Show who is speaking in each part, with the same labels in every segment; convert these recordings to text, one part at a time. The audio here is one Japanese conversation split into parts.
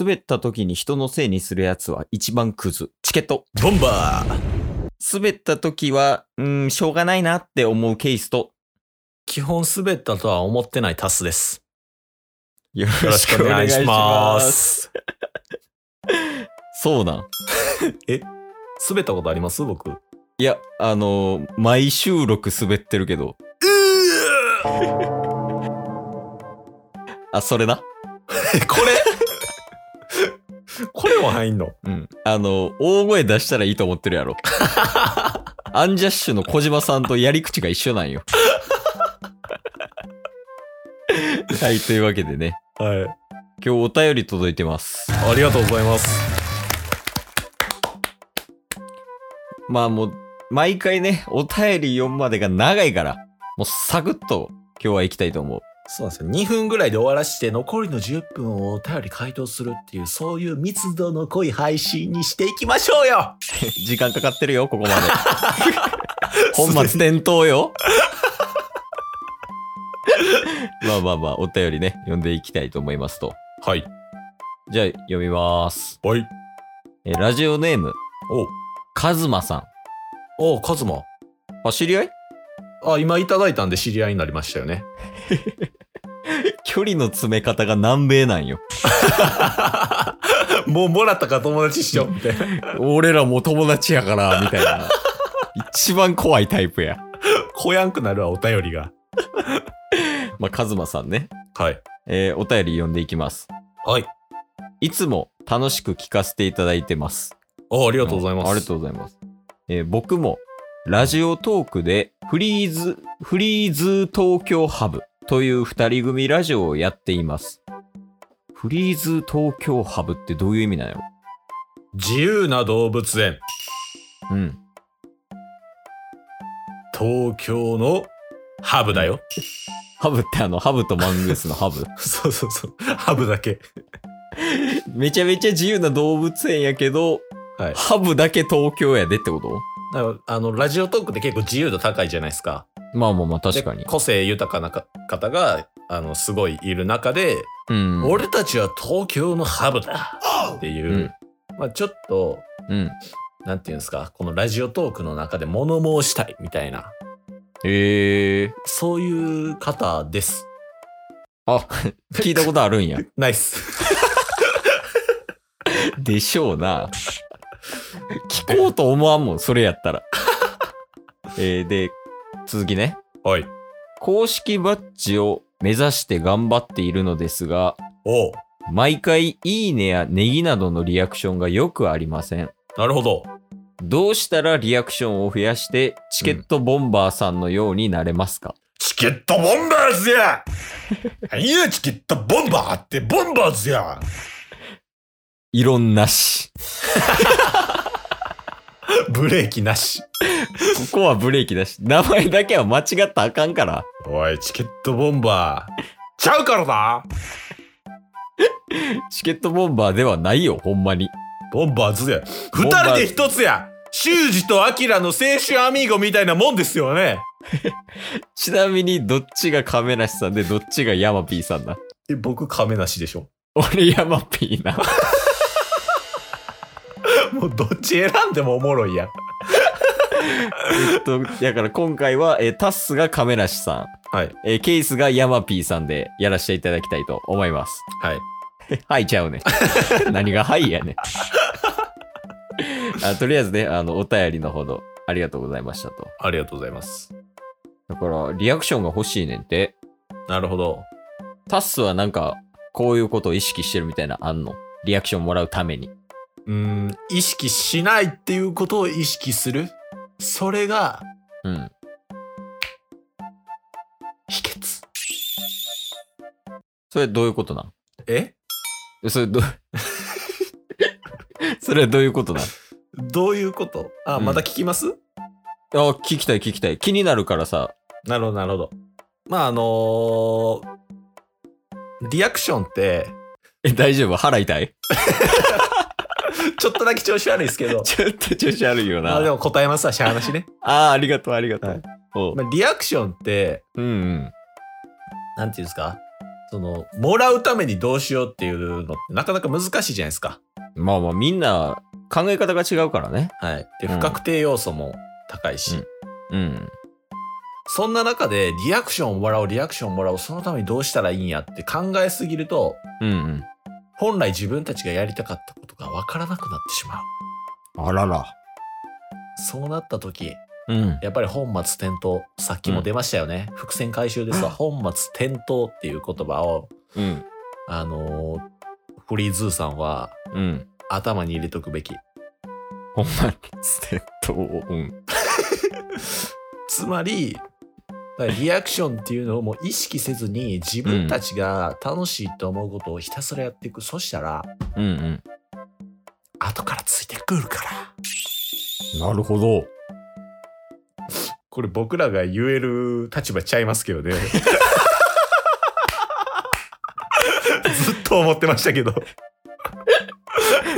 Speaker 1: 滑った時に人のせいにするやつは一番クズ。チケット。
Speaker 2: ボンバー
Speaker 1: 滑った時は、うーん、しょうがないなって思うケースと、
Speaker 2: 基本滑ったとは思ってないタスです。
Speaker 1: よ
Speaker 2: よろ
Speaker 1: ろ
Speaker 2: しくお願いします。
Speaker 1: そう なん。
Speaker 2: 滑ったことあります僕。う
Speaker 1: いや、あのー毎収録滑ってるけど。あ、そ れな。
Speaker 2: ーこれこれも入んの
Speaker 1: うん。あのー大声出したらいいと思ってるやろ。アンジャッシュの小島さんとやり口が一緒なんよ。はい、というわけでね。
Speaker 2: はい。
Speaker 1: 今日お便り届いてます。
Speaker 2: ありがとうございます。
Speaker 1: まあもう、毎回ね、お便り読むまでが長いから、もうサクッと今日は行きたいと思う。
Speaker 2: そうなんですよ。2分ぐらいで終わらして、残りの10分をお便り回答するっていう、そういう密度の濃い配信にしていきましょうよ
Speaker 1: 時間かかってるよ、ここまで。本末転倒よ。まあまあまあ、お便りね、読んでいきたいと思いますと。
Speaker 2: はい。
Speaker 1: じゃあ、読みます。
Speaker 2: はい。
Speaker 1: えラジオネーム、
Speaker 2: おう
Speaker 1: カズマさん。
Speaker 2: おう、カズマ。
Speaker 1: あ、知り合い
Speaker 2: あ、今いただいたんで知り合いになりましたよね。
Speaker 1: 距離の詰め方が南米なんよ。
Speaker 2: もうもらったから友達 しようみたいな。
Speaker 1: 俺らも友達やから、みたいな。 一番怖いタイプや。
Speaker 2: こやんくなるわ、お便りが。
Speaker 1: まあ、カズマさんね。
Speaker 2: はい。
Speaker 1: えーお便り読んでいきます。
Speaker 2: はい。
Speaker 1: いつも楽しく聞かせていただいてます。
Speaker 2: ああり
Speaker 1: あ
Speaker 2: がとうございます。
Speaker 1: ありがとうございます。えー僕もラジオトークでフリーズ、フリーズ東京ハブという二人組ラジオをやっています。フリーズ東京ハブってどういう意味なんやろ
Speaker 2: 自由な動物園、
Speaker 1: うん。
Speaker 2: 東京のハブだよ。
Speaker 1: ハブってあの、ハブとマングースのハ ブ。
Speaker 2: そうそうそう。ハブだけ。
Speaker 1: めちゃめちゃ自由な動物園やけど、
Speaker 2: はい。
Speaker 1: ハブだけ東京やでってこと
Speaker 2: だからあの、ラジオトークって結構自由度高いじゃないですか。
Speaker 1: まあまあまあ
Speaker 2: で
Speaker 1: 確かに。
Speaker 2: 個性豊かなか方が、あの、すごいいる中で、
Speaker 1: うん。
Speaker 2: 俺たちは東京のハブだっていう、まあちょっと、
Speaker 1: うん。
Speaker 2: なんていうんですか、このラジオトークの中で物申したいみたいな、
Speaker 1: へえ。
Speaker 2: そういう方です。
Speaker 1: あ、聞いたことあるんや。
Speaker 2: ナイス。
Speaker 1: でしょうな。聞こうと思わんもん、それやったら。えーで、続きね。
Speaker 2: はい。
Speaker 1: 公式バッジを目指して頑張っているのですが、
Speaker 2: おう
Speaker 1: 毎回いいねやネギなどのリアクションがよくありません。
Speaker 2: なるほど。
Speaker 1: どうしたらリアクションを増やしてチケットボンバーさんのようになれますか、
Speaker 2: チケットボンバー ズやいや、チケットボンバーってボンバーズや
Speaker 1: 異論なし。
Speaker 2: ブレーキなし。
Speaker 1: ここはブレーキだし、名前だけは間違ったらあかんから。
Speaker 2: おい、チケットボンバー。ちゃうからな
Speaker 1: チケットボンバーではないよ、ほんまに。
Speaker 2: ボンバーズや。
Speaker 1: ボン
Speaker 2: 二
Speaker 1: バーズ
Speaker 2: 人で一つや修二とアキラの青春アミーゴみたいなもんですよね。
Speaker 1: ちなみに、どっちが亀梨さんで、どっちがヤマピーさんだ
Speaker 2: え、僕、亀梨でしょ。
Speaker 1: 俺、ヤマピーな。
Speaker 2: もうどっち選んでもおもろいやん。
Speaker 1: えっと、だから今回は、えータッスが亀梨さ
Speaker 2: はい。
Speaker 1: ん、えーケイスがヤマピーさんでやらせていただきたいと思います。
Speaker 2: はい。
Speaker 1: はい、ちゃうね。 何がはいやねん あ。とりあえずね、あの、お便りのほど、ありがとうございましたと。
Speaker 2: ありがとうございます。
Speaker 1: だから、リアクションが欲しいねんて。
Speaker 2: なるほど。
Speaker 1: タッスはなんか、こういうことを意識してるみたいな、あんの。リアクションもらうために。
Speaker 2: うーん、意識しないっていうことを意識する。それが
Speaker 1: うん。
Speaker 2: 秘訣。
Speaker 1: それどういうことなん
Speaker 2: え
Speaker 1: それど、 それはどういうことだ
Speaker 2: どういうことあ、
Speaker 1: うん
Speaker 2: また聞きます
Speaker 1: あ、聞きたい聞きたい。気になるからさ。
Speaker 2: なるほど、なるほど。まあ、あのーリアクションって、
Speaker 1: え、大丈夫腹痛い、
Speaker 2: ちょっとだけ調子悪いですけど
Speaker 1: ちょっと調子悪いよな。
Speaker 2: まあ、で
Speaker 1: あ
Speaker 2: も答えますわ、しゃあ なしね。
Speaker 1: あー、ありがとう、ありがとう。
Speaker 2: はい
Speaker 1: おう
Speaker 2: まあ、リアクションって、
Speaker 1: うんうん。
Speaker 2: なんていうんですかその、もらうためにどうしようっていうのってなかなか難しいじゃないですか。
Speaker 1: まあまあみんな考え方が違うからね。
Speaker 2: はい。で、
Speaker 1: うん
Speaker 2: 不確定要素も高いし、
Speaker 1: うんうん。
Speaker 2: そんな中でリアクションをもらおう、リアクションをもらおう、そのためにどうしたらいいんやって考えすぎると、
Speaker 1: うん
Speaker 2: 本来自分たちがやりたかったことがわからなくなってしまう。
Speaker 1: うん。あらら。
Speaker 2: そうなった時、
Speaker 1: うん。
Speaker 2: やっぱり本末転倒。さっきも出ましたよね。伏線回収ですわ。本末転倒っていう言葉を、
Speaker 1: うん。
Speaker 2: あのーフリーズーさんは
Speaker 1: うん。
Speaker 2: 頭に入れとくべき。
Speaker 1: ほんまに、ステッドを。うん。
Speaker 2: つまり、だからリアクションっていうのをもう意識せずに自分たちが楽しいと思うことをひたすらやっていく。そしたら、
Speaker 1: うんうん。
Speaker 2: 後からついてくるから。
Speaker 1: なるほど。
Speaker 2: これ僕らが言える立場ちゃいますけ どね。ずっと思ってましたけど。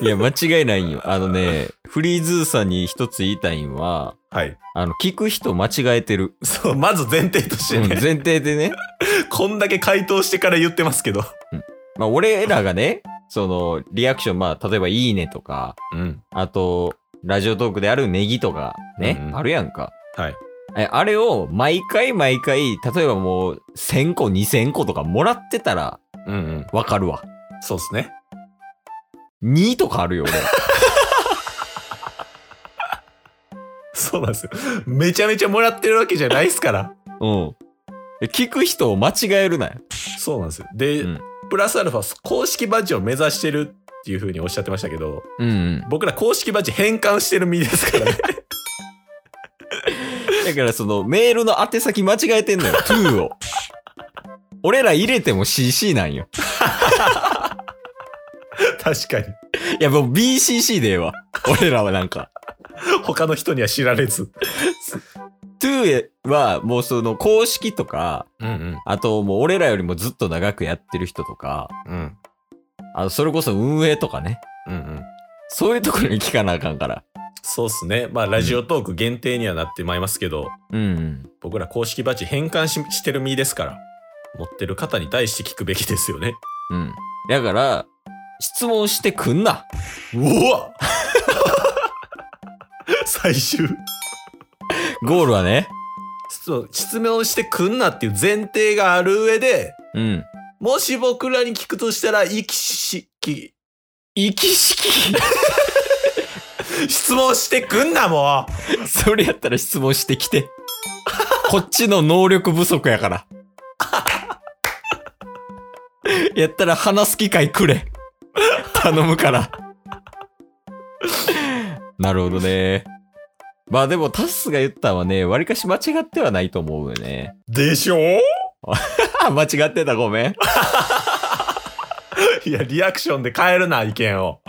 Speaker 1: いや、間違いないんよ。あのね、フリーズーさんに一つ言いたいんは、
Speaker 2: はい。
Speaker 1: あの、聞く人間違えてる。
Speaker 2: そう、まず前提として
Speaker 1: うん
Speaker 2: ね、
Speaker 1: 前提でね。
Speaker 2: こんだけ回答してから言ってますけど。
Speaker 1: まあ、俺らがね、その、リアクション、まあ、例えば、いいねとか、
Speaker 2: うん。
Speaker 1: あと、ラジオトークであるネギとか、ね、
Speaker 2: うんうん
Speaker 1: あるやんか。
Speaker 2: はい。
Speaker 1: え、あれを、毎回毎回、例えばもう、1000個、2000個とかもらってたら、
Speaker 2: うんうん。
Speaker 1: わかるわ。
Speaker 2: そうですね。
Speaker 1: 2とかあるよ、俺。
Speaker 2: そうなんですよ。めちゃめちゃもらってるわけじゃないです から。
Speaker 1: うん。え聞く人を間違えるなよ。
Speaker 2: そうなんですよ。で、
Speaker 1: うん
Speaker 2: プラスアルファ、公式バッジを目指してるっていうふうにおっしゃってましたけど、
Speaker 1: うん、うん。
Speaker 2: 僕ら公式バッジ変換してる身です からね。
Speaker 1: だからそのメールの宛先間違えてんのよ、2を。 俺ら入れても CC なんよ。
Speaker 2: 確かに。
Speaker 1: いやもう BCC でええわ。俺らはなんか。
Speaker 2: 他の人には知られず。
Speaker 1: 2はもうその公式とか、
Speaker 2: うん
Speaker 1: あともう俺らよりもずっと長くやってる人とか、
Speaker 2: うん。うん。
Speaker 1: あのそれこそ運営とかね。
Speaker 2: うんうん。
Speaker 1: そういうところに聞かなあかんから。
Speaker 2: そうっすね。まあ、ラジオトーク限定にはなってまいりますけど、
Speaker 1: うんうん。
Speaker 2: 僕ら公式バッジ変換ししてる身ですから、持ってる方に対して聞くべきですよね。
Speaker 1: うん。だから、質問してくんな。
Speaker 2: うわ 最終
Speaker 1: ゴールはね。
Speaker 2: そう質問してくんなっていう前提がある上で、
Speaker 1: うん。
Speaker 2: もし僕らに聞くとしたら、意識、
Speaker 1: 意識式
Speaker 2: 質問してくんな、もう
Speaker 1: それやったら質問してきて。こっちの能力不足やから。やったら話す機会くれ。頼むから。なるほどね。まあでもタッスが言ったのはね、割かし間違ってはないと思うよね。
Speaker 2: でしょ
Speaker 1: あ間違ってたごめん。
Speaker 2: いや、リアクションで変えるな、意見を。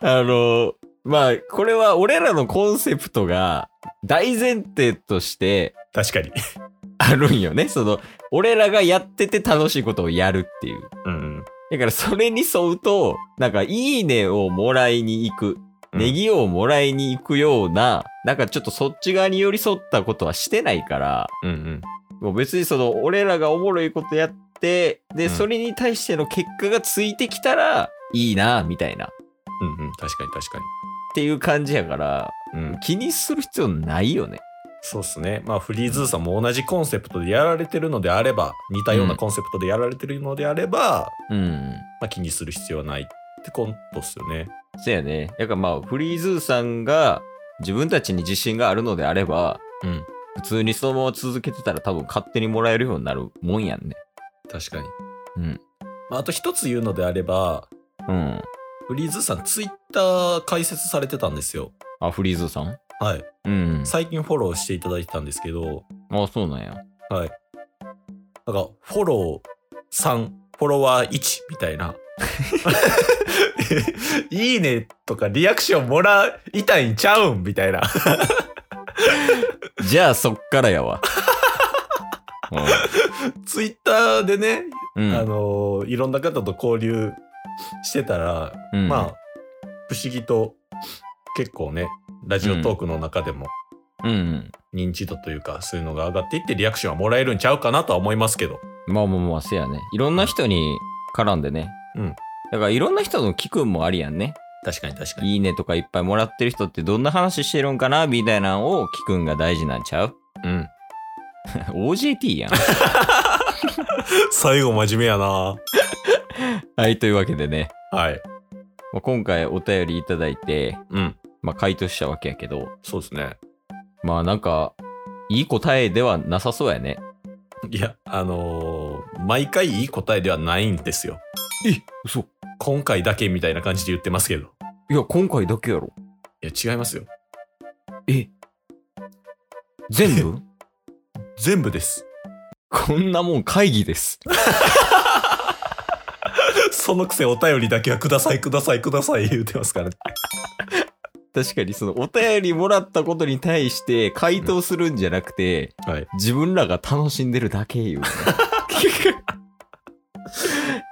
Speaker 1: あの、まあこれは俺らのコンセプトが大前提として、
Speaker 2: 確かに。
Speaker 1: あるんよね。その、俺らがやってて楽しいことをやるっていう。
Speaker 2: うん。
Speaker 1: だからそれに沿うと、なんか、いいねをもらいに行く、
Speaker 2: うん
Speaker 1: ネギをもらいに行くような、なんかちょっとそっち側に寄り添ったことはしてないから、
Speaker 2: うんうん。
Speaker 1: もう別にその、俺らがおもろいことやって、で、
Speaker 2: うん
Speaker 1: それに対しての結果がついてきたら、いいな、みたいな、っ
Speaker 2: うんうん。確かに確か
Speaker 1: ていう感じやから、
Speaker 2: に。うん。
Speaker 1: 気にする必要ないよね。
Speaker 2: そうっすね。まあ、フリーズーさんも同じコンセプトでやられてるのであれば、似たようなコンセプトでやられてるのであれば、
Speaker 1: うん。
Speaker 2: まあ、気にする必要はないってことっすよね。
Speaker 1: そうやね。だからまあ、フリーズーさんが自分たちに自信があるのであれば、
Speaker 2: うん。
Speaker 1: 普通にそのまま続けてたら多分勝手にもらえるようになるもんやんね。
Speaker 2: 確かに。
Speaker 1: うん。
Speaker 2: まあ、あと一つ言うのであれば、
Speaker 1: うん。
Speaker 2: フリーズーさん、ツイッター開設されてたんですよ。
Speaker 1: あ、フリーズーさん
Speaker 2: はい。
Speaker 1: うん。
Speaker 2: 最近フォローしていただいてたんですけど、
Speaker 1: あ、そうなんや。
Speaker 2: はい。なんか、フォロー3、フォロワー1みた いな。いいねとかリアクションもらいたいんちゃうんみたいな。
Speaker 1: じゃあそっからやわ。
Speaker 2: ツイッターでね、
Speaker 1: うん。
Speaker 2: あのーいろんな方と交流してたら、
Speaker 1: うん、
Speaker 2: まあ、不思議と結構ね、ラジオトークの中でも
Speaker 1: あ。うん。
Speaker 2: 認知度というか、そういうのが上がっていってリアクションはもらえるんちゃうかなとは思いますけど。
Speaker 1: まあまあまあ、せやね。いろんな人に絡んでね。
Speaker 2: うん。
Speaker 1: だからいろんな人の聞くんもありやんね。
Speaker 2: 確かに確かに。
Speaker 1: いいねとかいっぱいもらってる人ってどんな話してるんかなみたいなのを聞くんが大事なんちゃう
Speaker 2: うん。
Speaker 1: ?OJT やん。
Speaker 2: 最後真面目やな。
Speaker 1: はい、というわけでね、
Speaker 2: はい。
Speaker 1: まあ、今回お便りいただいて、
Speaker 2: うん。
Speaker 1: まあ、回答したわけやけど、
Speaker 2: そうですね。
Speaker 1: まあなんか、いい答えではなさそうやね。
Speaker 2: いや、あのー毎回いい答えではないんですよ。
Speaker 1: え、嘘。
Speaker 2: 今回だけみたいな感じで言ってますけど。
Speaker 1: いや、今回だけやろ。
Speaker 2: いや、違いますよ。
Speaker 1: え全 部
Speaker 2: 全部です。
Speaker 1: こんなもん会議です。
Speaker 2: そのくせお便りだけはくださいくださいください言うてますからね。
Speaker 1: 確かにそのお便りもらったことに対して回答するんじゃなくて、
Speaker 2: はい。
Speaker 1: 自分らが楽しんでるだけ 言うね、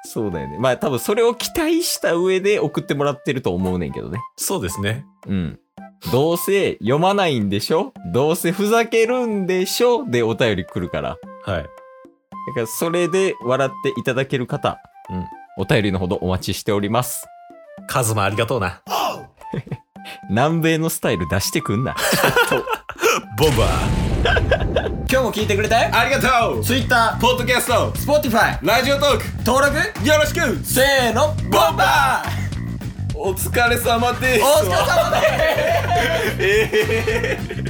Speaker 1: そうだよね。まあ多分それを期待した上で送ってもらってると思うねんけどね。
Speaker 2: そうですね。
Speaker 1: うん。どうせ読まないんでしょどうせふざけるんでしょでお便り来るから。
Speaker 2: は
Speaker 1: だ
Speaker 2: い。
Speaker 1: からそれで笑っていただける方、
Speaker 2: うん
Speaker 1: お便りのほどお待ちしております。
Speaker 2: カズマありがとうな。
Speaker 1: 南米のスタイル出してくんな。
Speaker 2: ボンバー
Speaker 1: 今日も聞いてくれたよ
Speaker 2: ありがとう
Speaker 1: Twitter、
Speaker 2: ポッドキャスト
Speaker 1: Spotify、
Speaker 2: ラジオトーク
Speaker 1: 登録
Speaker 2: よろしく
Speaker 1: せーの
Speaker 2: ボンバーお疲れ様です
Speaker 1: 様です
Speaker 2: えー